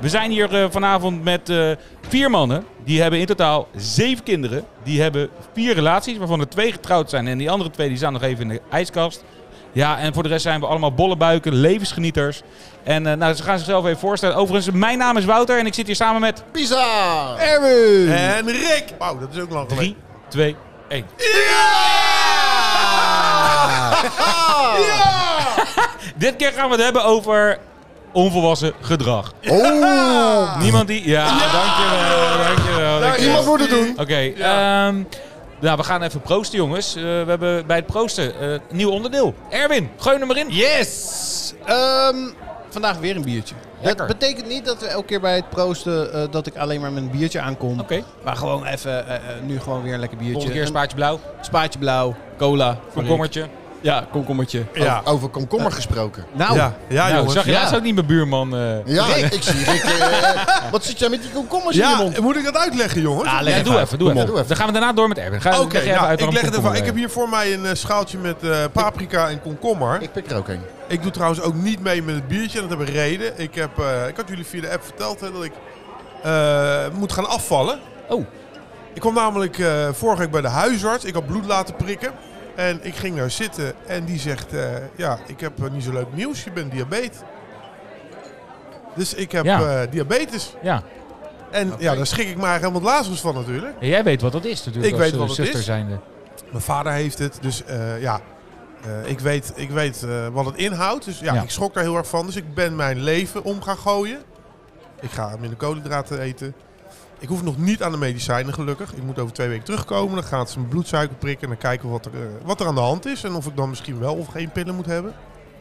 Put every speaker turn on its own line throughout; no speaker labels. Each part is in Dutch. We zijn hier eh, vanavond met eh, vier mannen. Die hebben in totaal zeven kinderen. Die hebben vier relaties, waarvan er twee getrouwd zijn. En die andere twee die staan nog even in de ijskast. Ja, en voor de rest zijn we allemaal bollebuiken, levensgenieters. En eh, nou, ze gaan zichzelf even voorstellen. Overigens, mijn naam is Wouter en ik zit hier samen met
Pisa!
Erwin!
En Rick! Wauw, dat is ook lang
3,
geleden.
2, 1.
Ah!
Dit keer gaan we het hebben over onvolwassen gedrag.
Oh!
Niemand die... Ja, dankjewel, dankjewel. dankjewel.
Iemand moet het doen.
Oké, ehm, nou, we gaan even proosten, jongens. Eh, we hebben bij het proosten eh, een nieuw onderdeel. Erwin, gooi hem erin.
Yes! Ehm, vandaag weer een biertje.
Lekker.
Dat betekent niet dat we elke keer bij het proosten eh, dat ik alleen maar met een biertje aankom.
Oké,
Maar gewoon even, eh, eh, nu gewoon weer een lekker biertje.
volgende keer
Een
spaatje blauw,
spaatje blauw, cola.
komkommertje.
Ja, komkommertje.
Ja.
Over komkommer gesproken.
Nou,
ja, ja,
nou,
jongens.
zag je
ja.
laatst ook niet mijn buurman. eh.
Ja, ik zie. Rick, eh, wat zit jij met die komkommers in je
Ja,
mond?
moet ik dat uitleggen, jongens?
Ah,
Ja,
leg
doe even, doe
Kom
even.
op.
Dan gaan we daarna door met Erwin. Ga, Nou, leg
Oké,
jij even
nou,
uit
ik
waarom
leg het even.
komkommer,
Ik heb hier voor mij een eh, schaaltje met eh, paprika en komkommer.
Ik pik er ook een.
Ik doe trouwens ook niet mee met het biertje. Dat heb een reden. Ik, heb, eh, ik had jullie via de app verteld hè, dat ik eh, moet gaan afvallen.
eh, Oh,
Ik kwam namelijk eh, vorige week bij de huisarts. Ik had bloed laten prikken. En ik ging daar zitten en die zegt... eh, ja, ik heb eh, niet zo leuk nieuws. Je bent diabetes. Dus ik heb
Ja.
eh, diabetes.
ja.
En ja, daar schrik ik me eigenlijk helemaal lazers van natuurlijk.
En jij weet wat dat is natuurlijk.
Ik
als,
weet
eh,
wat het
zuster
is.
zijnde.
Mijn vader heeft het, dus eh, ja... eh, ik weet, ik weet eh, wat het inhoudt, dus ja,
Ja.
ik schrok daar heel erg van. Dus ik ben mijn leven om gaan gooien. Ik ga minder koolhydraten eten. Ik hoef nog niet aan de medicijnen, gelukkig. Ik moet over twee weken terugkomen. Dan gaat ze mijn bloedsuiker prikken en dan kijken we wat er, eh, wat er aan de hand is. En of ik dan misschien wel of geen pillen moet hebben.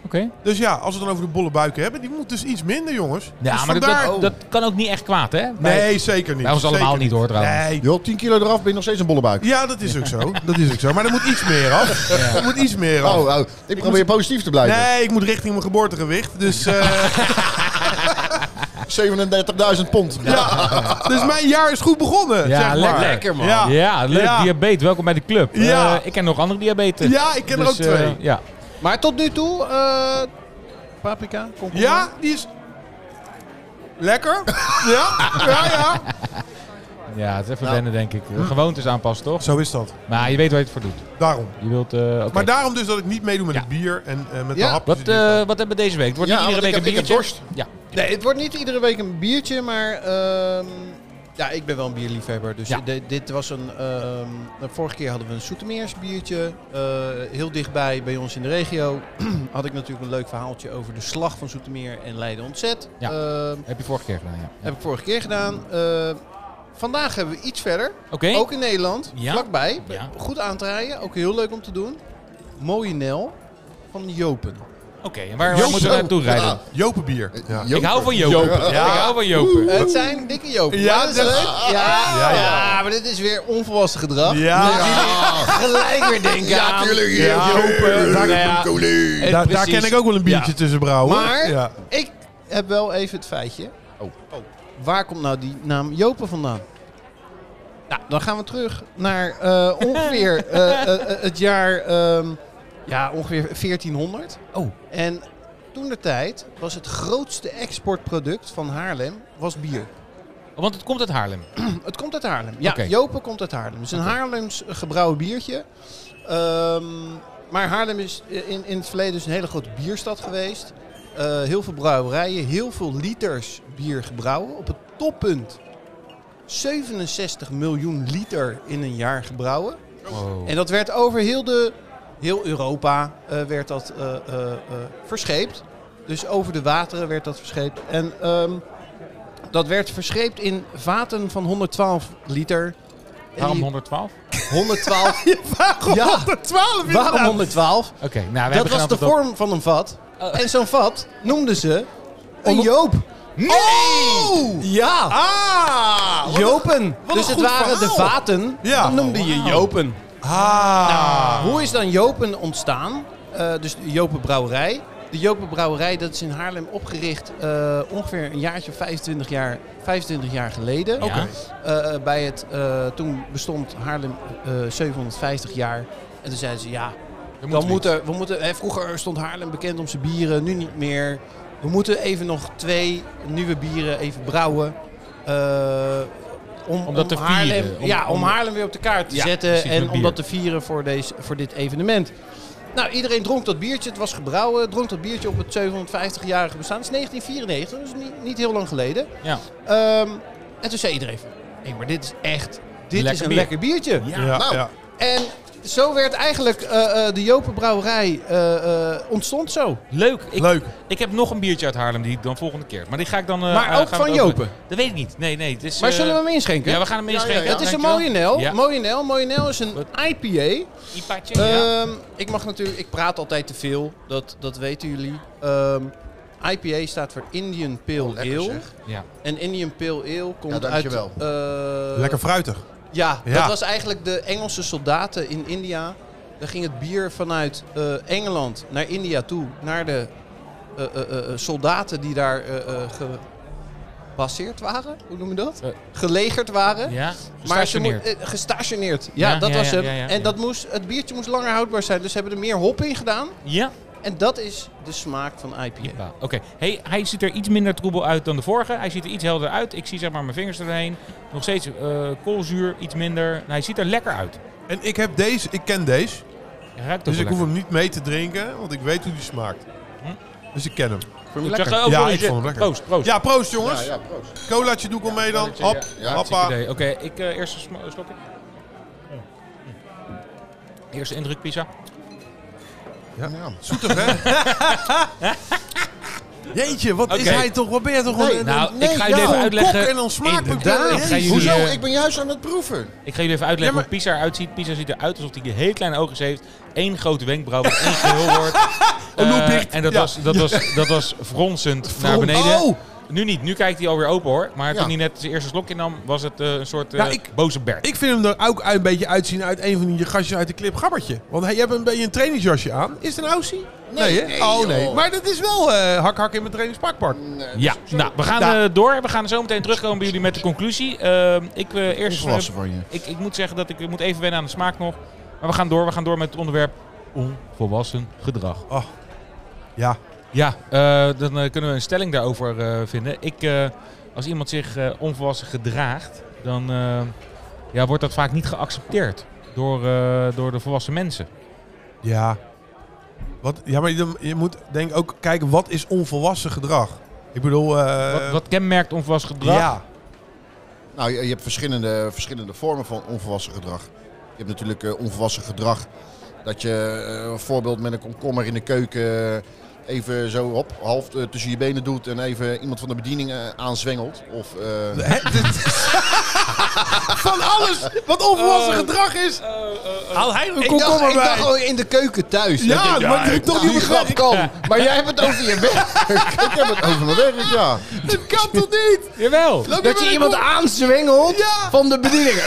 Oké.
Dus ja, als we het dan over de bolle buiken hebben, die moet dus iets minder, jongens.
Ja,
Dus
maar dat,
vandaar-
dat, dat kan ook niet echt kwaad, hè? Bij-
Nee, zeker niet.
Bij ons
Zeker
allemaal niet, hoor, trouwens.
Nee,
Joh, 10 kilo eraf ben je nog steeds een bollebuik.
Ja, dat is ook zo. Dat is ook zo. Maar er moet iets meer af. Er moet iets meer af.
Oh, oh, ik probeer positief te blijven.
Nee, ik moet richting mijn geboortegewicht. Dus, eh,
37.000 pond.
ja. dus mijn jaar is goed begonnen.
Ja,
zeg maar.
lekker,
man.
Ja,
Ja, leuk.
Ja.
Diabetes, welkom bij de club.
Ja.
Eh, ik ken nog andere diabetes.
Ja, ik ken er
Dus,
ook twee.
eh, ja.
Maar tot nu toe, eh, paprika, komkommer.
ja, die is lekker. Ja, ja, ja.
ja, het is
Nou.
even wennen, denk ik. Gewoontes aanpassen, toch?
Zo is dat.
Maar je weet waar je het voor doet.
Daarom.
Je wilt, eh, oké.
Maar daarom dus dat ik niet meedoe met
Ja.
het bier en eh, met
Ja,
de hapjes.
Wat,
en
eh,
dit.
wat hebben we deze week? Het wordt
Ja,
niet iedere week
want ik
een
heb- ik
biertje.
heb dorst.
Ja.
Nee, het wordt niet iedere week een biertje, maar ehm, ja, ik ben wel een bierliefhebber. Dus
Ja.
di- dit was een. ehm, de vorige keer hadden we een Soetermeers biertje. eh, heel dichtbij bij ons in de regio had ik natuurlijk een leuk verhaaltje over de slag van Soetermeer en Leiden Ontzet.
Ja.
Ehm,
Heb je vorige keer gedaan, ja.
heb ik vorige keer gedaan. Ehm, vandaag hebben we iets verder.
Oké.
Ook in Nederland,
Ja.
vlakbij.
Ja.
Goed aan te rijden, ook heel leuk om te doen. Mooie Nel van Jopen.
Oké, en waar, waar moeten we naartoe rijden?
Ja.
Jopenbier. Ja.
Joker.
Ik hou van Jopen. Ik hou van Jopen.
Het zijn dikke Jopen.
Ja,
Maar dat is
dat-
leuk. Ja,
Ja,
ja,
ja.
maar dit is weer onvolwassen gedrag.
Ja.
Dus jullie gelijk weer denken
Ja,
aan.
tuurlijk.
Ja.
Ja, Joker.
Ja,
ja. Eh,
Colie.
Daar, daar ken ik ook wel een biertje
Ja.
tussen brouwen.
Maar
Ja.
ik heb wel even het feitje.
Oh.
Waar komt nou die naam Jopen vandaan? Nou, dan gaan we terug naar eh, ongeveer eh, eh, eh, het jaar ehm, ja, ongeveer 1400.
Oh.
En toen de tijd was het grootste exportproduct van Haarlem was bier.
Want het komt uit Haarlem.
Het komt uit Haarlem. Ja,
Oké.
Jopen komt uit Haarlem. Het is een Haarlems gebrouwen biertje. Ehm, maar Haarlem is in, in het verleden dus een hele grote bierstad geweest. Eh, heel veel brouwerijen, heel veel liters bier gebrouwen. Op het toppunt 67 miljoen liter in een jaar gebrouwen.
Wow.
En dat werd over heel, de, heel Europa eh, werd dat, eh, eh, eh, verscheept. Dus over de wateren werd dat verscheept. En ehm, dat werd verscheept in vaten van 112 liter. En
Waarom
die
112?
112?
Waarom
Ja.
112
Waarom 112?
Oké, nou, wij
Dat
hebben
was de
geen antwoord op.
vorm van een vat. En zo'n vat noemden ze een
Onder-
joop. Oh!
Nee!
Ja,
Ah! wat een-
jopen.
wat
Dus
een
het
goed
waren de
verhaal.
vaten.
Ja.
Dan noemde je
Wauw.
jopen.
Ah!
Hoe is dan Jopen ontstaan? Eh, dus de Jopenbrouwerij. De Jopenbrouwerij dat is in Haarlem opgericht eh, ongeveer een jaartje, 25 jaar, 25 jaar geleden.
Ja. Oké.
Eh, eh, bij het, eh, toen bestond Haarlem eh, 750 jaar. En toen zeiden ze, ja,
Dan moeten we
dan moeten, we moeten, hè, vroeger stond Haarlem bekend om zijn bieren, nu niet meer. We moeten even nog twee nieuwe bieren even brouwen. eh, om,
Om dat te vieren.
Haarlem,
Om-
ja, om
om-
Haarlem weer op de kaart te
Ja,
zetten.
precies, met
en om
bier.
dat te vieren voor, deze, voor dit evenement. Nou, iedereen dronk dat biertje. Het was gebrouwen. Dronk dat biertje op het 750-jarige bestaan. Het is 1994, dus niet, niet heel lang geleden.
Ja.
Ehm, en toen zei iedereen van... Hé, maar dit is echt... Dit
Lekker
is een
bier.
lekker biertje.
Ja.
Ja,
Nou,
ja.
En zo werd eigenlijk eh, eh, de Jopenbrouwerij eh, eh, ontstond zo.
Leuk. Ik,
Leuk.
ik heb nog een biertje uit Haarlem die ik dan volgende keer. Maar die ga ik dan. eh,
Maar
eh, gaan
ook
we
van
het
Jopen?
doen. Dat weet ik niet. Nee, nee. Het is,
Maar
eh,
zullen we hem inschenken?
Ja, we gaan hem inschenken.
ja, ja.
het is een
Dankjewel.
mooie Nel.
Ja.
Mooie Nel. Mooie Nel is een IPA.
Ipaatje, ja.
Ehm, ik mag natuurlijk... Ik praat altijd te veel. Dat, dat weten jullie. Ehm, IPA staat voor Indian Pale
Oh, lekker
Ale.
zeg.
Ja.
En Indian Pale Ale komt uit...
dankjewel.
eh,
Lekker fruitig.
Ja,
Ja.
dat was eigenlijk de Engelse soldaten in India. Daar ging het bier vanuit eh, Engeland naar India toe. Naar de eh, eh, eh, eh, soldaten die daar eh, eh, gebaseerd waren. Hoe noem je dat?
Eh.
Gelegerd waren.
ja.
Maar ze
Gestationeerd.
mo- eh, gestationeerd. Ja,
Ja,
dat
ja,
was
ja,
hem.
ja, ja,
en
ja.
Dat moest, het biertje moest langer houdbaar zijn. Dus ze hebben er meer hop in gedaan.
Ja.
En dat is de smaak van IPA.
Ipa. Oké. Hey, hij ziet er iets minder troebel uit dan de vorige. Hij ziet er iets helder uit. Ik zie zeg maar mijn vingers erheen. Nog steeds eh, koolzuur, iets minder. Nou, hij ziet er lekker uit.
En ik heb deze, ik ken deze.
Hij ruikt ook
Dus ik
wel
hoef hem niet mee te drinken, want ik weet hoe die smaakt.
Hm?
Dus ik ken hem.
lekker. Ik
lekker.
zeg, oh,
Ja,
sorry,
ik vond hem lekker.
Proost, proost.
Ja, proost jongens.
Ja, ja, proost.
Colaatje doe ik al mee dan.
Colaatje,
Hop,
ja.
hoppa.
Oké, ik eh eerst een sm- slokje. Eerste indruk, Pisa.
Ja. Ja.
Zoetig hè? Jeetje, wat is
Oké.
hij toch? Wat ben je toch?
Nee,
een-
nou,
nee,
ik ga
ja,
jullie even
een
een kok
uitleggen.
en dan smaak ik
Inderdaad.
wel.
Ik ga
Jezus.
jullie,
Hoezo?
eh,
Ik ben juist aan het proeven.
Ik ga jullie even uitleggen
Ja,
hoe Pisa eruit ziet. Pisa ziet eruit alsof hij de hele kleine oogjes heeft. Eén grote wenkbrauw met één geheel wordt.
loop
Eh,
dicht.
en dat,
Ja.
was, dat, was, dat was fronsend naar beneden.
Oh!
Nu niet, nu kijkt hij alweer open hoor. Maar
Ja.
toen hij net zijn eerste slokje nam, was het eh, een soort eh,
Ja, Nou, ik-
boze berk.
Ik vind hem er ook een beetje uitzien uit een van die gastjes uit de clip Gabbertje. Want hij hebt een beetje een trainingsjasje aan. Is het een Aussie?
Nee,
hè?
nee,
oh nee.
joh.
Maar dat is wel eh, hak hak in mijn trainingspakpak.
ja, nou, we gaan
Ja.
eh, door. We gaan zo meteen terugkomen bij jullie met de conclusie. Ehm, ik, eh, eerst, eh,
Ongewassen van je.
ik, ik moet zeggen dat ik, ik moet even wennen aan de smaak nog. Maar we gaan door, we gaan door met het onderwerp onvolwassen gedrag.
Oh. Ja.
Ja, eh, dan eh, kunnen we een stelling daarover eh, vinden. Ik, eh, als iemand zich eh, onvolwassen gedraagt, dan eh, ja, wordt dat vaak niet geaccepteerd door, eh, door de volwassen mensen.
Ja. Wat, ja, maar je, je moet denk ik ook kijken, wat is onvolwassen gedrag? Ik bedoel... eh,
wat, wat kenmerkt onvolwassen gedrag?
Ja.
Nou, je, je hebt verschillende, verschillende vormen van onvolwassen gedrag. Je hebt natuurlijk eh, onvolwassen gedrag. Dat je eh, bijvoorbeeld met een komkommer in de keuken eh, even zo hop, half eh, tussen je benen doet en even iemand van de bediening eh, aanzwengelt. Of, eh,
Hè? Dit- van alles wat
Oh.
onvolwassen gedrag is. Haal hij er een
Ik dacht,
komkommer
ik dacht
bij.
al in de keuken thuis.
Ja,
Dat ik-
maar ik toch niet
die
begrijp.
grap kan. Maar jij hebt het over je werk. ik heb het over mijn werk, ja.
Dat kan toch niet?
Jawel!
Loop
Dat
met
je
een
iemand
kom-
aanzwengelt
Ja.
van de bediening.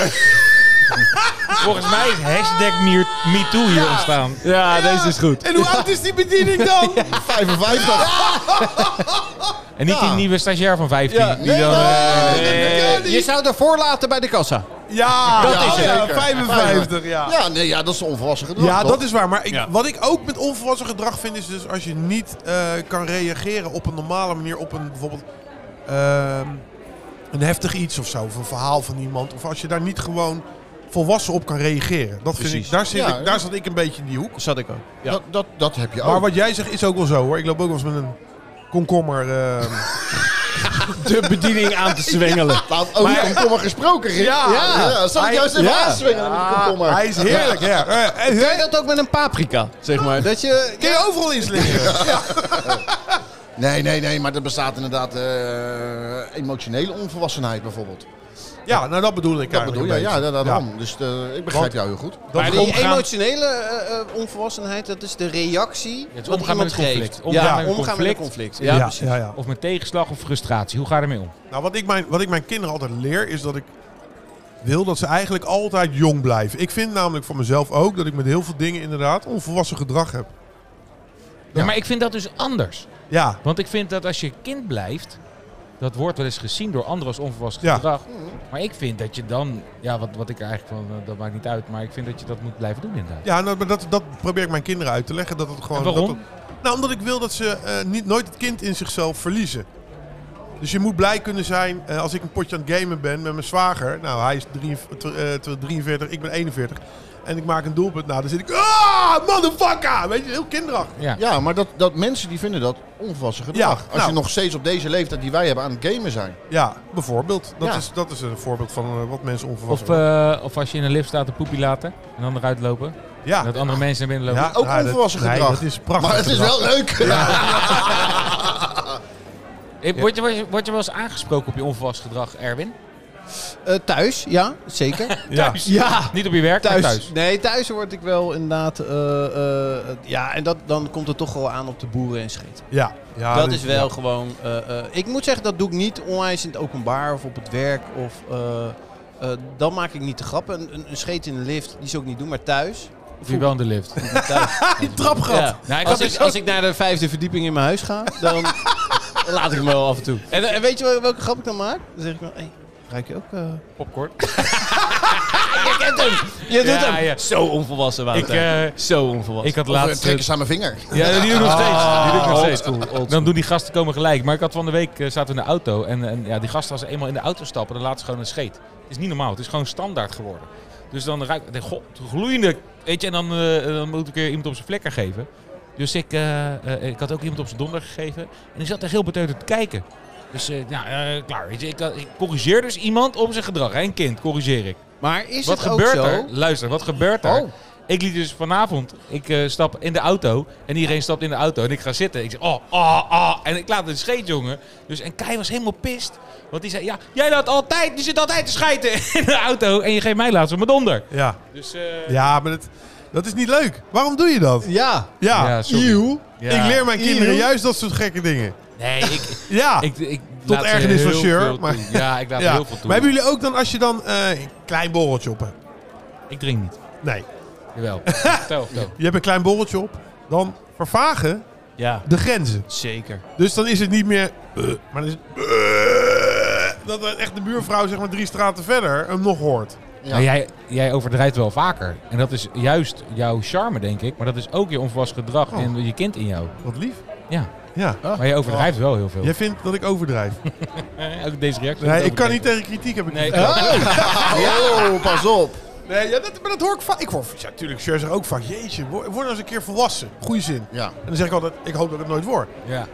Volgens mij is hashtag Me- MeToo hier ontstaan. Ja, deze is goed.
En hoe oud is die bediening dan?
55.
En niet die
Ja.
nieuwe stagiair van 15. die dan, eh,
Nee,
Je zou ervoor laten bij de kassa.
Ja,
Dat
ja,
is het.
ja,
Zeker.
55, ja.
Ja, nee, ja, dat is onvolwassen gedrag.
Ja,
toch?
dat is waar. Maar ik,
Ja.
wat ik ook met onvolwassen gedrag vind, is dus als je niet eh, kan reageren op een normale manier op een bijvoorbeeld ehm, een heftig iets of zo, of een verhaal van iemand. Of als je daar niet gewoon volwassen op kan reageren. Dat vind ik,
Precies. Oh.
daar, zit
Ja,
ik, daar zat ik een beetje in die hoek.
Zat ik ook. Ja.
Dat, dat, dat heb je ook.
Maar wat jij zegt is ook wel zo hoor. Ik loop ook wel eens met een komkommer. ehm,
de bediening aan te zwengelen.
Nou, over maar, komkommer gesproken, Rick.
Ja.
ja. Zal ik
Hij-
juist even
ja.
aanzwengelen met die komkommer?
hij is heerlijk, ja. Eh, eh,
Kun je dat ook met een paprika, zeg maar? Dat je...
Kun je overal inslingeren?
Nee, nee, nee, maar er bestaat inderdaad eh, emotionele onvolwassenheid bijvoorbeeld.
Ja, nou dat bedoel ik
Dat
eigenlijk
bedoel je?
een
Ja,
beetje.
da- daarom. Dus eh, ik begrijp
Want-
jou heel goed.
Dat
Maar
Die
Omgaan-
emotionele eh, eh, onvolwassenheid, dat is de reactie
Het omgaan
wat
met
iemand
het conflict.
geeft.
Omgaan
ja,
met het
omgaan met een
conflict.
conflict.
Ja,
Ja,
ja,
precies.
ja,
Of met tegenslag of frustratie. Hoe ga je ermee om?
Nou, wat ik, mijn, wat ik mijn kinderen altijd leer is dat ik wil dat ze eigenlijk altijd jong blijven. Ik vind namelijk voor mezelf ook dat ik met heel veel dingen inderdaad onvolwassen gedrag heb.
Ja. maar ik vind dat dus anders.
Ja,
Want ik vind dat als je kind blijft, dat wordt wel eens gezien door anderen als onvolwassen
Ja.
gedrag. Maar ik vind dat je dan, ja, wat, wat ik er eigenlijk van, eh, dat maakt niet uit, maar ik vind dat je dat moet blijven doen inderdaad.
ja nou, maar dat, dat probeer ik mijn kinderen uit te leggen. Dat het gewoon,
En waarom?
Dat het- Nou, omdat ik wil dat ze eh, niet, nooit het kind in zichzelf verliezen. Dus je moet blij kunnen zijn eh, als ik een potje aan het gamen ben met mijn zwager. Nou, hij is drie- tw- eh, tw- 43, ik ben 41. En ik maak een doelpunt. Nou, dan zit ik... Ah, motherfucker! Weet je, heel kinderachtig.
Ja.
Ja, maar dat, dat mensen die vinden dat onvolwassen gedrag.
Ja,
Als
nou.
je nog steeds op deze leeftijd die wij hebben aan het gamen zijn.
Ja, bijvoorbeeld. Dat,
Ja.
Is, dat is een voorbeeld van eh, wat mensen onverwacht
Of, eh, of als je in een lift staat, een poepie laten en dan eruit lopen.
ja.
eh, Dat andere mensen naar binnen lopen.
Ja,
Ook
nou, dat-
onvolwassen
nee,
gedrag.
dat is prachtig
Maar het is wel leuk.
Eh, Word, je, word, je, word je wel eens aangesproken op je onvolwassen gedrag, Erwin?
Eh, thuis, ja, zeker.
Ja.
ja,
Niet op je werk, thuis.
thuis.
maar thuis.
Nee, thuis word ik wel inderdaad... eh, eh, ja, en dat, dan komt het toch wel aan op de boeren en scheet.
Ja.
Ah,
ja
dat
dus-
is wel
ja.
gewoon. eh, eh, ik moet zeggen, dat doe ik niet onwijs in het openbaar of op het werk. Of, eh, eh, dan maak ik niet de grappen. Een, een, een scheet in de lift, die zou ik niet doen, maar thuis.
Of je wel in de lift.
thuis
Die trapgat.
eh,
ja.
Nou, ik
als,
had
ik,
dus
als ik naar de vijfde verdieping in mijn huis ga, dan laat ik me wel af en toe. En, en weet je wel- welke grap ik dan maak? Dan zeg ik wel, hé, ruik je ook... eh,
Popcorn.
Je kent hem! Je doet
Ja,
hem!
ja.
Zo onvolwassen,
Ik,
Wouter.
eh,
Zo onvolwassen.
ik had
Laat
laatst... eh,
trekken ze aan mijn vinger.
Ja, die doe ik nog steeds. Die doe ik nog
Ah,
steeds.
oldschool, oldschool.
Dan doen die gasten komen gelijk. Maar ik had van de week eh, zaten we in de auto. En, en ja, die gasten als ze eenmaal in de auto stappen, dan laten ze gewoon een scheet. Het is niet normaal. Het is gewoon standaard geworden. Dus dan ruik ik, denk, god, gloeiende. Weet je, en dan, eh, dan moet ik weer iemand op zijn vlekker geven. Dus ik, eh, eh, ik had ook iemand op zijn donder gegeven. En ik zat echt heel beteuterd te kijken. Dus eh, nou, eh, klaar. Weet je, ik, had- ik corrigeer dus iemand op zijn gedrag. hè. Een kind corrigeer ik.
maar is
Wat
het ook
gebeurt
zo?
er? Luister, wat gebeurt er?
Oh.
Ik liet dus vanavond, ik eh, stap in de auto en iedereen stapt in de auto en ik ga zitten. Ik zeg, oh, oh, oh. En ik laat het scheet, jongen. Dus, en Kai was helemaal pist. Want die zei, ja, jij laat altijd, die zit altijd te schijten in de auto en je geeft mij laatst op mijn donder.
Ja.
Dus, eh,
Ja, maar dat, dat is niet leuk. Waarom doe je dat?
Ja.
Ja.
Ja, sorry.
Eeuw.
Ja.
Ik leer mijn
Eeuw.
kinderen juist dat soort gekke dingen.
nee, ik...
Ja.
ik, ik
Tot
laat ze
ergernis van
heel
Sjeur,
veel toe.
maar-
Ja, ik laat
ja.
er heel veel toe.
Maar hebben jullie ook dan, als je dan eh, een klein borreltje op hebt?
Ik drink niet.
Nee.
Jawel. vertel, vertel.
Je hebt een klein borreltje op. Dan vervagen
Ja.
de grenzen.
Zeker.
Dus dan is het niet meer... eh, maar dan is het... eh, dat er echt de buurvrouw, zeg maar drie straten verder, hem nog hoort.
Ja.
Maar jij, jij overdrijft wel vaker. En dat is juist jouw charme, denk ik. Maar dat is ook je onvolwassen gedrag
Oh.
en je kind in jou.
Wat lief.
Ja.
Ja.
Maar je overdrijft wel heel veel.
Jij vindt dat ik overdrijf.
Eh, Ook deze reactie.
Nee, ik kan niet tegen kritiek, heb ik
Nee,
niet.
Oh, pas op.
Nee, ja, dat, maar dat hoor ik vaak. Ik hoor ja, natuurlijk Sjeur zegt ook vaak, jeetje, word, word nou eens een keer volwassen. Goeie zin.
Ja.
En dan zeg ik altijd, ik hoop dat ik het nooit word.
ja.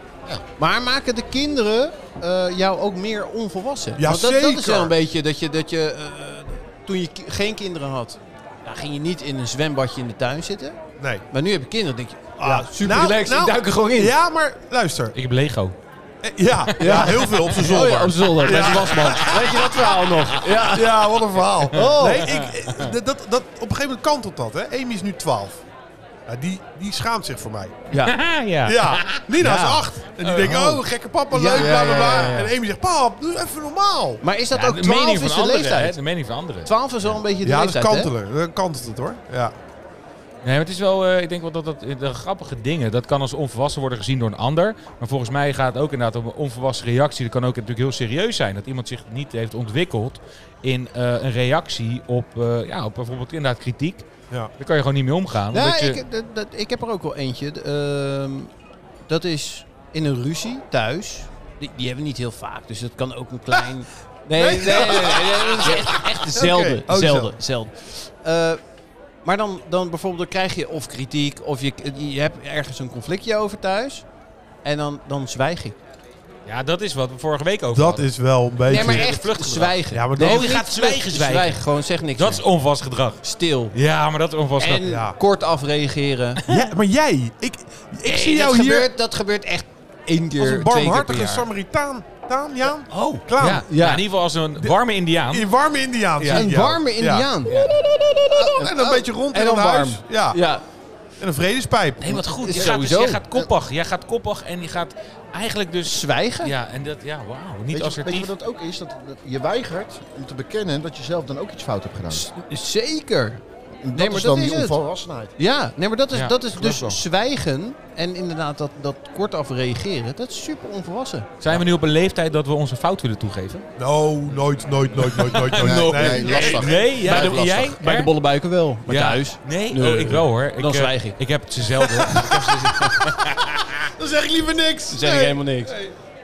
Maar maken de kinderen eh, jou ook meer onvolwassen?
Ja,
Want dat, dat is
zeker.
wel een beetje dat je, dat je eh, toen je ki- geen kinderen had, nou, ging je niet in een zwembadje in de tuin zitten.
Nee.
Maar nu heb je kinderen, denk je, ah,
Ja.
super
Nou,
relaxed,
nou,
ik duik er gewoon in.
Ja, maar luister.
Ik heb Lego.
Eh, Ja, ja. heel veel op zijn zolder.
Oh ja, op zolder, bij zijn wasman. Weet je dat verhaal nog? Ja.
Ja, wat een verhaal.
Oh.
Nee, ik, eh, dat, dat, dat, op een gegeven moment kantelt dat. Hè. Amy is nu 12. Ja, die, die schaamt zich voor mij.
ja.
Ja, Nina is
Ja.
8. En die denkt, oh, gekke papa,
Ja,
leuk,
ja,
bla bla bla.
ja, ja, ja.
En Amy zegt, pap, doe even normaal.
Maar is dat
Ja,
ook 12 is de
anderen. hè.
leeftijd?
De mening van anderen.
12 is wel een beetje de
Ja, dat is
leeftijd, hè?
kantelen. Dan kantelt het hoor. Ja.
Nee, maar het is wel, eh, ik denk wel dat, dat eh, de grappige dingen, dat kan als onvolwassen worden gezien door een ander. Maar volgens mij gaat het ook inderdaad om een onvolwassen reactie. Dat kan ook natuurlijk heel serieus zijn. Dat iemand zich niet heeft ontwikkeld in eh, een reactie op, eh, ja, op bijvoorbeeld inderdaad kritiek.
Ja.
Daar kan je gewoon niet mee omgaan.
Ja,
omdat je,
Nou, ik, dat, dat- ik heb er ook wel eentje. D- ehm, dat is in een ruzie thuis. Die, die hebben we niet heel vaak, dus dat kan ook een klein. Nee, nee, nee, nee, nee, dat is echt, echt zelden.
Oké, ook
zelden, zelden. Eh, maar dan, dan bijvoorbeeld dan krijg je of kritiek of je, je hebt ergens een conflictje over thuis. En dan, dan zwijg ik.
ja, dat is wat we vorige week over
Dat
hadden.
is wel een beetje...
Nee, maar
echt
echt zwijgen.
Ja, maar dat-
Oh, je gaat
niet
zwijgen, zwijgen.
Gewoon zeg niks.
Dat is
meer.
onvast gedrag.
Stil.
Ja, maar dat is onvast
En
gedrag.
ja.
kort afreageren.
Ja, maar jij, ik, ik
Nee,
zie
dat
jou hier
Gebeurt, dat gebeurt echt één keer, twee
als een
keer per
barmhartige
jaar.
Samaritaan. Taan, Jaan?
Oh,
Klaar.
Ja,
Ja.
ja, in ieder geval als een warme Indiaan.
Een warme Indiaan.
Ja.
zie ik
Een
jou.
warme Indiaan.
Ja.
Ja. En dan een beetje rond
En
in
dan
het huis.
warm.
Ja.
Ja.
En een vredespijp.
Nee, wat goed.
Is
Je gaat, dus,
sowieso.
jij gaat koppig. Jij gaat koppig en je gaat eigenlijk dus...
Zwijgen?
Ja, en dat... Ja, wauw. Niet
Weet je, weet je
assertief.
wat dat ook is? Dat, dat je weigert om te bekennen dat je zelf dan ook iets fout hebt gedaan.
Z- Zeker.
En dat
maar
is
dat
dan
is
die
het.
onvolwassenheid.
Ja, nee, maar dat is,
Ja,
dat is
klopt
dus
wel.
zwijgen en inderdaad dat, dat kort af reageren. Dat is super onvolwassen.
Zijn we nu op een leeftijd dat we onze fout willen toegeven?
No, nooit, nooit, nooit, nooit, nooit, nooit.
Nee, nee, lastig.
Nee, ja,
Bij de-
en jij?
Bij de
Er?
bolle buiken wel, maar
Ja.
thuis.
Nee,
Nee.
Oh, ik wel hoor.
Dan
eh,
zwijg ik.
Ik heb ze zelden.
Dan zeg ik liever niks.
Ze zeggen helemaal niks.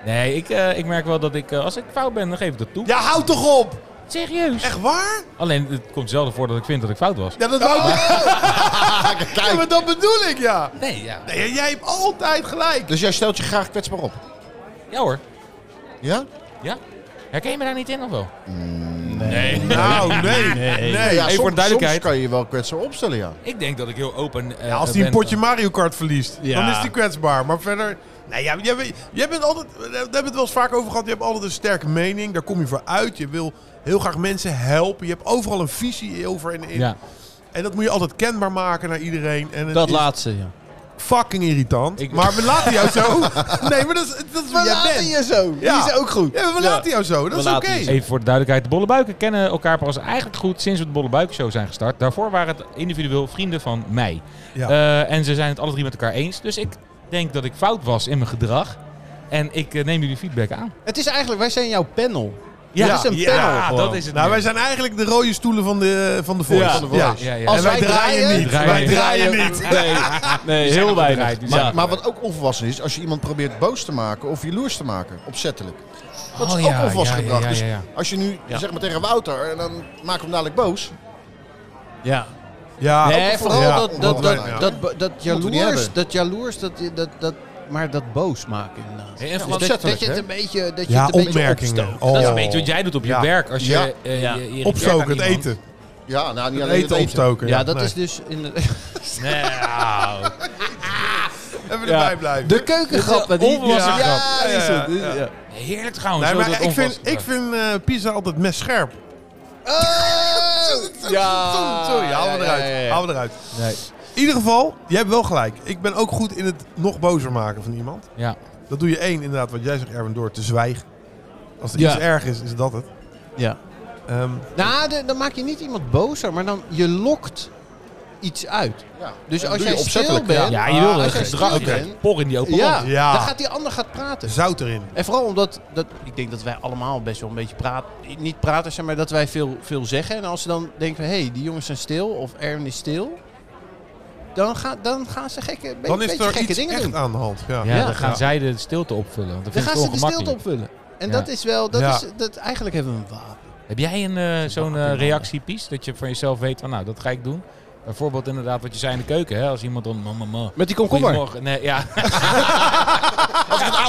Nee, ik, eh, ik merk wel dat ik, eh, als ik fout ben, dan geef ik dat toe.
Ja, houd toch op!
Serieus.
Echt waar?
Alleen, het komt zelden voor dat ik vind dat ik fout was.
Ja, dat wou ik. Ja,
Kijk,
maar dat bedoel ik, ja.
Nee, ja.
Nee, jij hebt altijd gelijk.
dus jij stelt je graag kwetsbaar op.
Ja hoor.
Ja?
Ja. Herken je me daar niet in of wel?
Nou, nee.
Nee.
Nee.
ja,
Even voor de duidelijkheid.
soms kan je wel kwetsbaar opstellen, ja.
Ik denk dat ik heel open eh,
Ja, als hij een
ben.
potje Mario Kart verliest,
Ja.
dan is hij kwetsbaar. Maar verder... Nee, ja, jij, bent- jij bent altijd... We hebben het wel eens vaak over gehad. Je hebt altijd een sterke mening. Daar kom je voor uit. Je wil heel graag mensen helpen. Je hebt overal een visie over. En, in.
Ja.
en dat moet je altijd kenbaar maken naar iedereen. En het
Dat
is
laatste, ja.
fucking irritant.
Ik-
Maar we laten jou zo. Nee, maar dat is, dat is wie jij bent.
je zo.
Ja.
ook goed.
Ja, maar we laten jou zo. Dat
We
is oké.
laten je zo.
Even voor de duidelijkheid. De Bolle Buiken kennen elkaar pas eigenlijk goed sinds we de Bolle Buiken Show zijn gestart. Daarvoor waren het individueel vrienden van mij.
Ja.
Eh, en ze zijn het alle drie met elkaar eens. Dus ik denk dat ik fout was in mijn gedrag. En ik eh, neem jullie feedback aan.
Het is eigenlijk, wij zijn jouw panel.
Ja,
dat is een panel
Ja,
gewoon.
dat is het.
Nou,
meer.
wij zijn eigenlijk de rode stoelen van de, van de Voice.
Ja.
Van de Voice.
Ja,
Ja.
ja.
Als
En wij
wij
draaien,
draaien-
niet.
Draaien
Wij
niet.
draaien niet.
Nee, nee
zijn
heel
afgedraaid,
weinig.
die
Maar,
zijn-
Maar wat ook onvolwassen is, als je iemand probeert boos te maken of jaloers te maken, opzettelijk. Dat
Oh,
is
ja,
ook onvolwassen
ja, ja,
gedrag.
ja,
Dus
ja, ja.
als je nu zeg maar tegen Wouter en dan maak ik hem dadelijk boos.
ja.
Ja,
nee, vooral
Ah, Ja,
dat, dat, dat,
ja.
dat, dat,
Moeten we niet
jaloers,
hebben.
dat jaloers, dat, dat, dat, maar dat boos maken inderdaad. Dus
Heel goed.
Dat- dat,
opzettelijk,
je het
hè?
een beetje, dat je
Ja,
het een beetje
opmerkingen.
opstookt.
Oh.
Dat is een beetje wat jij doet op je
Ja.
werk. Als je,
Ja.
eh,
Ja.
je irriteert
Opstoken,
aan
het
iemand.
eten.
Ja, nou niet
Het eten
alleen het eten.
opstoken.
Ja, dat
nee.
is dus in de,
Nee, nou.
Ja.
Even erbij blijven.
de keukengrap.
Dit is
die-
onvolwassen
ja,
grap.
die is
Ja,
het.
ja, ja.
Heerlijk trouwens.
Nee,
zo
maar
dat
ik vind,
onvolwassen
ik
gedrag.
vind eh, pizza altijd messcherp.
Oh! Ja.
Sorry, haal
Ja, ja,
me eruit.
ja, ja.
Haal me eruit. In ieder geval, jij hebt wel gelijk. Ik ben ook goed in het nog bozer maken van iemand.
Ja.
Dat doe je één, inderdaad, wat jij zegt, Erwin, door te zwijgen. Als er
Ja.
iets erg is, is dat het.
Ja.
Ehm,
Nou, de- dan maak je niet iemand bozer, maar dan, je lokt iets uit.
Ja.
Dus
Dat
als
doe
jij
je
stil
opzettelijk.
bent,
Ja, je wil
Ah, als
een
jij
gedrag.
stil
Je krijgt
bent-
por in die open
ja,
mond.
Ja.
dan gaat die ander gaat praten.
zout erin.
En vooral omdat, dat, ik denk dat wij allemaal best wel een beetje praten, niet praters zijn, maar dat wij veel, veel zeggen. En als ze dan denken van, hé, hey, die jongens zijn stil of Erwin is stil, dan, ga, dan gaan ze gekke, be-
Dan is
beetje
er
gekke
iets
dingen
echt
doen.
aan de hand. Ja.
Ja,
Ja.
dan gaan zij de stilte opvullen. Want dan
Dan
vind ik
gaan
het
ze de stilte
ongemakkelijk.
opvullen. En
Ja.
dat is wel, dat
Ja.
is, dat, eigenlijk hebben we een wapen.
Heb jij een, eh, zo'n eh, reactiepiece dat je van jezelf weet van nou, dat ga ik doen? Bijvoorbeeld inderdaad wat je zei in de keuken. Hè? Als iemand dan... "Ma, ma, ma,
Met die
Goedemorgen. Nee, ja.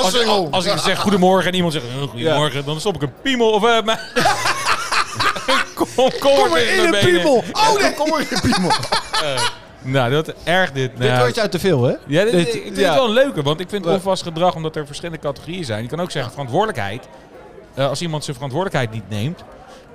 als, ik- als, als ik zeg goedemorgen en iemand zegt eh, goedemorgen, dan stop ik een piemel of... eh, mijn- kom, kom,
Kom maar in een piemel! Oh nee! Kom maar in een piemel!
Nou, dat erg dit.
Dit
Nou,
wordt uit te veel, hè?
Ja, dit,
Dit-
ik vind
ja.
het wel een leuke, want ik vind
Ja.
onvast gedrag omdat er verschillende categorieën zijn. Je kan ook zeggen verantwoordelijkheid. Eh, als iemand zijn verantwoordelijkheid niet neemt.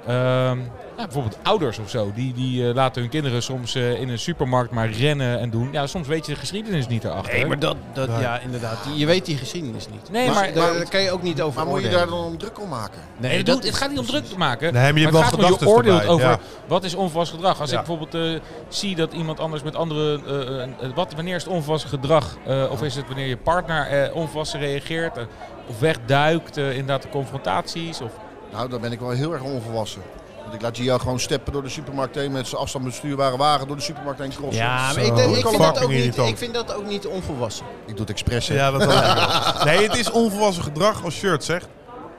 Ehm, ja, bijvoorbeeld ouders of zo, die, die eh, laten hun kinderen soms eh, in een supermarkt maar rennen en doen. Ja, soms weet je de geschiedenis niet erachter.
Nee, maar dat, dat
Nee.
ja, inderdaad. Die- Je weet die geschiedenis niet.
Nee,
Dus
maar-
daar,
maar-
daar kan je ook niet over
Maar moet je daar
oordelen.
dan om druk om maken?
Nee,
Nee,
dat, het gaat niet om druk te maken.
Nee, maar je hebt
het
wel
gaat om je
gedachtes
oordeelt
erbij,
over
ja.
wat is onvast gedrag. Als
Ja.
ik bijvoorbeeld eh, zie dat iemand anders met anderen... eh, eh, eh, wat, wanneer is het onvast gedrag? Eh, of is het wanneer je partner eh onvast reageert? eh, of wegduikt? eh, inderdaad de confrontaties? Of,
Nou, dan ben ik wel heel erg onvolwassen. Want ik laat jou gewoon steppen door de supermarkt heen met zijn afstandsbestuurbare wagen door de supermarkt heen crossen.
Ja, maar
Zo,
ik, denk- ik,
dat
vind
kan
dat ook
fucking
niet,
irritant.
ik vind dat ook niet onvolwassen.
Ik doe het expres. hè.
Ja, dat had ik wel. Nee, het is onvolwassen gedrag als shirt zegt.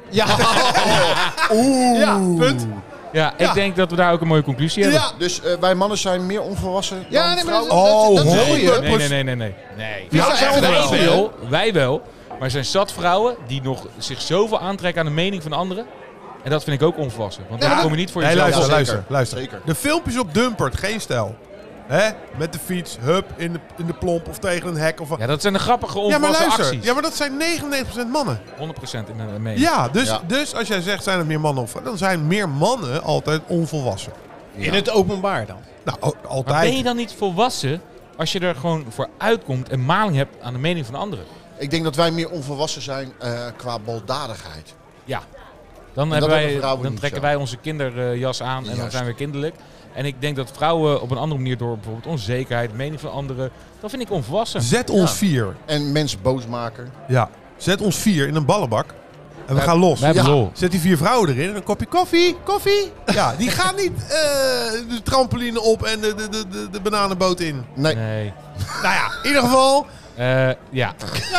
Ja,
Oeh. Ja, punt.
ja,
Ja.
ik denk dat we daar ook een mooie conclusie hebben.
Ja.
Dus eh, wij mannen zijn meer onvolwassen
Ja,
dan
nee, maar dat-
vrouwen.
Oh,
dat- dat
Nee,
hoor je.
nee,
100%.
nee, nee, nee, nee. nee. nee.
Ja, dat zijn we
wij,
wel.
wel, wij wel. Maar er zijn zat vrouwen die nog zich zoveel aantrekken aan de mening van anderen. En dat vind ik ook onvolwassen. Want dan
maar-
kom je niet voor
Nee,
jezelf.
luister,
Ja, zeker.
luister, luister.
Zeker.
De filmpjes op Dumpert, geen stijl. Hè? Met de fiets, hup, in de, in de plomp of tegen een hek. Of...
Ja, dat zijn de grappige
Ja,
onvolwassen
maar luister.
acties.
Ja, maar dat zijn 99% mannen.
100% in mijn mening.
Ja dus,
Ja.
dus als jij zegt, zijn het meer mannen of vrouwen? Dan zijn meer mannen altijd onvolwassen.
In het openbaar dan.
Nou, o-
Maar ben je
altijd.
dan niet volwassen als je er gewoon voor uitkomt en maling hebt aan de mening van anderen?
Ik denk dat wij meer onvolwassen zijn eh, qua baldadigheid.
Ja. Dan,
dat
hebben wij,
hebben vrouwen
dan
niet,
trekken
ja.
wij onze kinderjas aan en dan
Juist.
zijn we kinderlijk. En ik denk dat vrouwen op een andere manier door bijvoorbeeld onzekerheid, mening van anderen, dat vind ik onvolwassen.
Zet ons vier.
En mensen boos maken.
Ja. Zet ons vier in een ballenbak. En we gaan los.
Wij hebben
Ja.
lol.
Zet die vier vrouwen erin en een kopje koffie. Koffie. Ja, die gaan niet eh, de trampoline op en de, de, de, de, de bananenboot in.
Nee,
Nee.
Nou ja, in ieder geval,
Eh, ja.
Ja,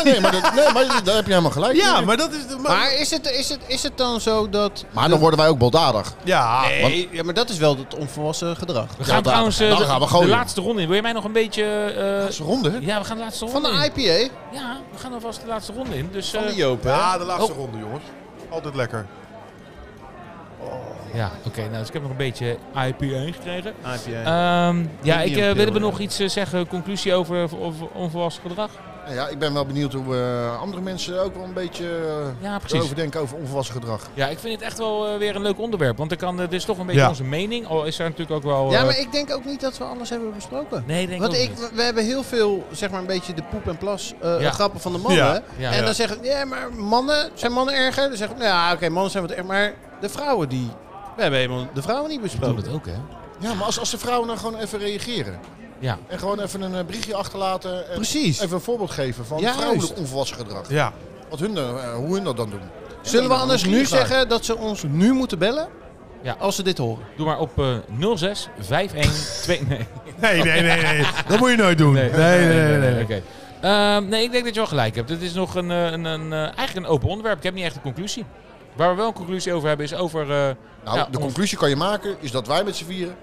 nee, maar, dat, nee, maar daar heb je helemaal gelijk.
Ja, maar dat is... De, maar,
Maar is het, is, het, is het dan zo dat...
Maar dan worden wij ook baldadig.
ja,
Nee, ja, maar dat is wel het onvolwassen gedrag.
We
Ja,
gaan
daar-
trouwens eh,
daar
de,
gaan we
de
gooien.
laatste ronde in. Wil je mij nog een beetje... eh,
Dat is een ronde, hè?
ja, we gaan de laatste ronde
Van de
in.
IPA,
Ja, we gaan alvast de laatste ronde in. Dus,
van
eh,
de Joop, hè?
ja, de laatste
Oh.
ronde, jongens. Altijd lekker.
ja, oké. nou, dus ik heb nog een beetje IPA gekregen.
IPA.
Ehm, ja, ik, eh,
Medium
willen we
pil,
nog
ja.
iets eh, zeggen? Conclusie over, over- over onvolwassen gedrag?
Nou ja, ik ben wel benieuwd hoe eh, andere mensen ook wel een beetje eh,
Ja, precies.
erover denken over onvolwassen gedrag.
Ja, ik vind het echt wel eh, weer een leuk onderwerp. Want er kan, eh, dit is toch een beetje
Ja.
onze mening. Al is er natuurlijk ook wel...
ja,
eh,
maar ik denk ook niet dat we alles hebben besproken.
Nee, denk
Want
ook
ik,
niet.
we hebben heel veel, zeg maar, een beetje de poep en plas eh,
Ja.
grappen van de mannen.
Ja.
Ja.
en
Ja.
dan zeggen we, ja, maar mannen, zijn mannen erger? Dan zeggen we, nou ja, oké, mannen zijn wat erger. Maar de vrouwen die, we hebben helemaal de vrouwen niet
Doe
besproken.
dat ook, hè?
Ja, maar als, als de vrouwen nou gewoon even reageren.
Ja.
En gewoon even een eh, berichtje achterlaten. En
Precies.
Even een voorbeeld geven van
Ja,
vrouwelijk
juist.
onvolwassen gedrag.
Ja.
Wat hun, dan- eh, hoe hun dat dan doen.
Zullen we
Ja,
anders nu
nieuwsgierig.
zeggen dat ze ons nu moeten bellen?
Ja.
Als ze dit horen.
Doe maar op eh 06 51 2 Nee.
Nee, nee, nee, nee. Dat moet je nooit doen. Nee, nee, nee. nee,
Oké. Ehm, nee, ik denk dat je wel gelijk hebt. Het is nog een, eh, een, een, eh, eigenlijk een open onderwerp. Ik heb niet echt een conclusie. Waar we wel een conclusie over hebben is over... eh,
Nou,
ja,
de
on-
conclusie kan je maken is dat wij met z'n vieren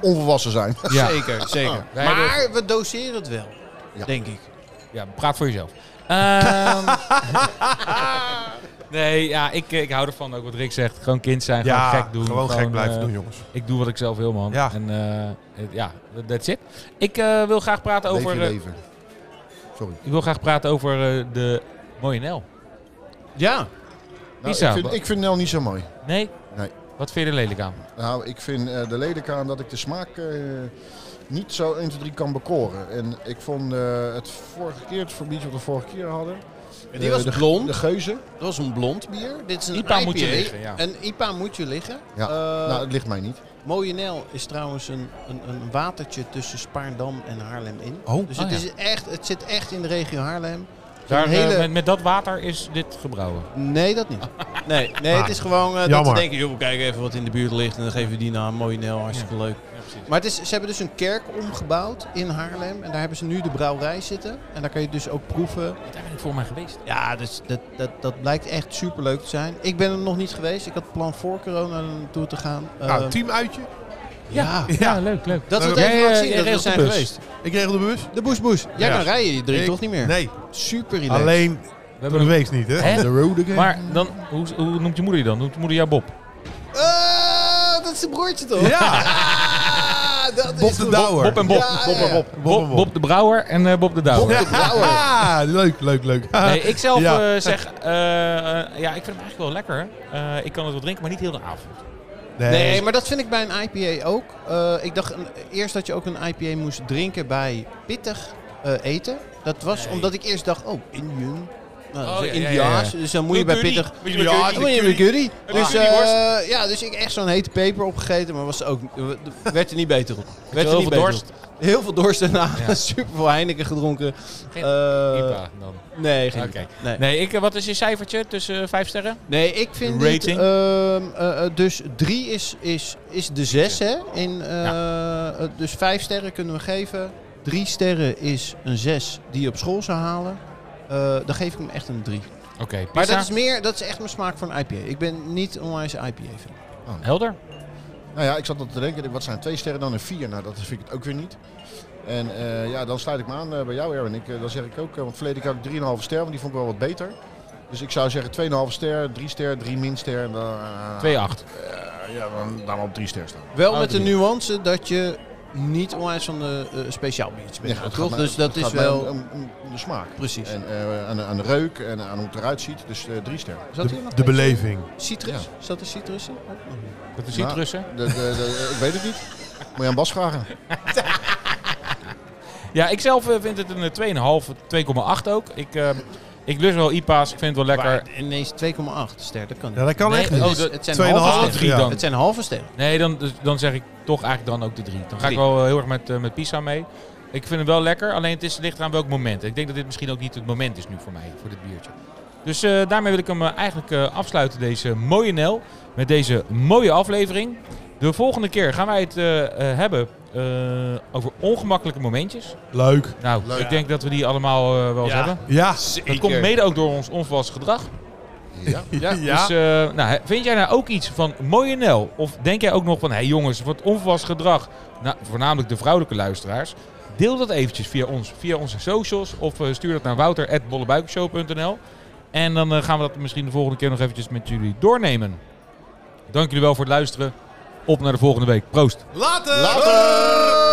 onvolwassen zijn.
Ja.
Zeker, zeker.
Wij
Oh. maar
hebben-
we doseren het wel,
Ja.
denk ik.
Ja, praat voor jezelf. Ehm, nee, ja, ik, ik hou ervan ook wat Rick zegt. Gewoon kind zijn,
Ja,
gewoon gek doen.
gewoon gek blijven
eh,
doen, jongens.
Ik doe wat ik zelf wil, man.
Ja.
En eh, het- ja, that's it. Ik eh, wil graag praten
Over
over...
leven,
eh,
je leven. Nou, Sorry.
ik wil graag praten over eh, de mooie Nel.
Ja.
Nou,
Isa,
ik, vind,
wat-
ik vind Nel niet zo mooi.
Nee?
Nee.
Wat vind je er lelijk aan?
Nou, ik vind eh, de lelijk aan dat ik de smaak eh, niet zo 1, 2, 3 kan bekoren. En ik vond eh, het vorige keer, het verbiedt wat we vorige keer hadden.
Die
eh,
was
de,
blond.
De geuzen.
Dat was een blond bier. Dit is een
IPA moet je
IPA.
liggen, ja.
Een IPA moet je liggen.
Ja.
Eh,
nou, het ligt mij niet.
Mooie Nijl is trouwens een, een, een watertje tussen Spaardam en Haarlem in.
Oh.
Dus
Oh,
het,
ja.
is echt, het zit echt in de regio Haarlem.
Daar,
Een
eh,
hele-
met, met dat water is dit gebrouwen.
Nee, dat niet. Nee, nee het
Ah,
is gewoon eh, dat
Jammer.
we denken, joh, we kijken even wat in de buurt ligt en dan geven we die naam. Mooie Nijl, hartstikke leuk. Maar het is, ze hebben dus een kerk omgebouwd in Haarlem en daar hebben ze nu de brouwerij zitten. En daar kan je dus ook proeven.
Daar ben ik voor mij geweest.
Ja, dus dat, dat, dat blijkt echt superleuk te zijn. Ik ben er nog niet geweest. Ik had plan voor corona er naartoe te gaan. Eh,
Nou, teamuitje.
ja.
Ja, leuk, leuk.
Dat we het
Jij,
even
eh,
laten zien
jij
dat we
regelt de
zijn
bus.
geweest.
Ik regel de bus.
De Boes Boes. Jij
Ja.
kan rijden, je drinkt
Ik-
toch niet meer?
Nee,
Super relaxed.
alleen
We
door
hebben
de
een-
week niet, hè?
Hè?
The road again.
Maar dan, hoe, hoe noemt je moeder je dan? Noemt je moeder jou Bob?
Ah, dat is een broertje toch?
Ja,
Ah, dat is
Bob de
goed.
Douwer.
Bob en Bob.
Ja,
Bob, en
ja.
Bob.
Bob en
Bob,
Bob.
Bob de Brouwer en eh, Bob de Douwer.
Ja. Ah, leuk, leuk, leuk.
Nee, ik zelf
Ja.
eh, zeg, eh, eh, ja, ik vind hem eigenlijk wel lekker. Eh, ik kan het wel drinken, maar niet heel de avond.
Nee, maar dat vind ik bij een IPA ook. Eh, ik dacht een- eerst dat je ook een IPA moest drinken bij pittig eh, eten. Dat was
Nee.
omdat ik eerst dacht, oh, Indian. Nou,
Oh,
dat is
ja,
Indiaas,
ja, ja,
dus dan moet je bij pittig...
Ja,
Dan moet je met curry.
En
Dus,
een curryworst.
eh, ja, dus ik echt zo'n hete peper opgegeten, maar was ook, werd er niet beter op. Werd er
heel
niet
veel
beter
dorst.
op. Heel veel dorst daarna.
Ja.
Super veel Heineken gedronken.
Geen
Eh,
IPA dan.
Nee, geen
Oké.
IPA. Nee.
Nee, ik, eh, wat is je cijfertje tussen eh, vijf sterren?
nee, ik vind
Rating?
dit... ehm, eh, eh, dus drie is, is, is de zes, hè? In, eh, eh, dus vijf sterren kunnen we geven. Drie sterren is een zes die je op school zou halen. Eh, dan geef ik hem echt een drie.
Oké,
Maar
pizza?
dat is, meer, dat is echt mijn smaak voor een IPA. Ik ben niet onwijs IPA-fan.
helder.
Nou ja, ik zat al te denken, wat zijn twee sterren dan een vier? Nou, dat vind ik het ook weer niet. En eh, ja, dan sluit ik me aan eh, bij jou, Erwin. Ik, eh, dan zeg ik ook, eh, want verleden keer had ik 3,5 ster, want die vond ik wel wat beter. Dus ik zou zeggen 2,5 ster, 3 ster, 3 min ster. En dan, eh,
2,8.
eh, ja, dan, dan op 3 ster staan.
Wel
Oh,
met de
drie.
nuance dat je niet onwijs van de eh, speciaal biertjes bent.
Ja,
toch?
mij-
Dus dat is
gaat mij
wel...
om, om- om de smaak.
Precies.
En eh, aan, de- aan de reuk en aan hoe het eruit ziet. Dus eh, 3 ster.
Zat hier nog
De, de
een?
beleving.
Citrus? Zat er citrus in? Oh, nog niet.
Dat is citrussen.
De, de, de- eh, ik weet het niet. Moet je aan Bas vragen.
Ja, ik zelf eh, vind het een eh, 2,5, 2,8 ook. Ik, eh, ik lust wel IPA's, ik vind het wel lekker.
Maar ineens 2,8 ster, dat kan niet.
Ja, dat kan
Nee,
echt
oh,
niet.
Dus
dat-
het zijn
2,5
halve
drie
sterren.
dan.
Het zijn halve sterren.
Nee, dan, dus dan zeg ik toch eigenlijk dan ook de 3. Dan ga ik
Drie.
wel eh, heel erg met, eh, met Pisa mee. Ik vind het wel lekker, alleen het is, ligt aan welk moment. Ik denk dat dit misschien ook niet het moment is nu voor mij, voor dit biertje. Dus eh, daarmee wil ik hem eh, eigenlijk eh, afsluiten, deze mooie Nel. Met deze mooie aflevering. De volgende keer gaan wij het eh, eh, hebben eh, over ongemakkelijke momentjes.
Leuk.
Nou,
Leuk.
ik denk dat we die allemaal eh, wel eens
Ja.
hebben.
Ja.
Dat komt mede ook door ons onvolwassen gedrag.
Ja.
Ja.
Dus eh, nou, hè, vind jij nou ook iets van mooie Nel? Of denk jij ook nog van, hé hey jongens, wat onvolwassen gedrag. Nou, voornamelijk de vrouwelijke luisteraars. Deel dat eventjes via ons, via onze socials. Of eh, stuur dat naar wouter.bollebuikenshow.nl En dan eh, gaan we dat misschien de volgende keer nog eventjes met jullie doornemen. Dank jullie wel voor het luisteren. Op naar de volgende week. Proost.
Later!
Later!